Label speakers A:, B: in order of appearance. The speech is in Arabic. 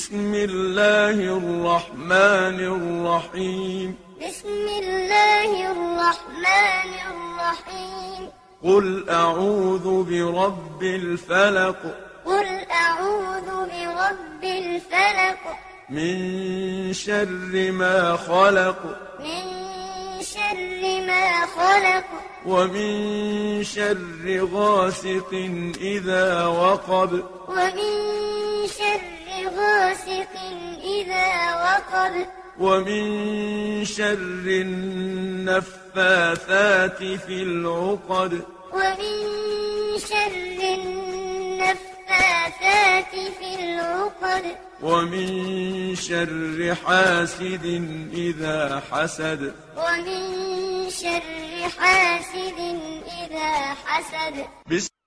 A: بسم الله الرحمن الرحيم
B: بسم الله الرحمن الرحيم
A: قل أعوذ برب الفلق
B: قل أعوذ برب الفلق
A: من شر ما خلق
B: من شر ما خلق
A: ومن شر غاسق إذا وقب
B: ومن شر غاسق إذا وقب
A: ومن شر النفاثات في العقد
B: ومن شر النفاثات في العقد
A: ومن شر حاسد إذا حسد
B: ومن شر حاسد إذا حسد
A: بسم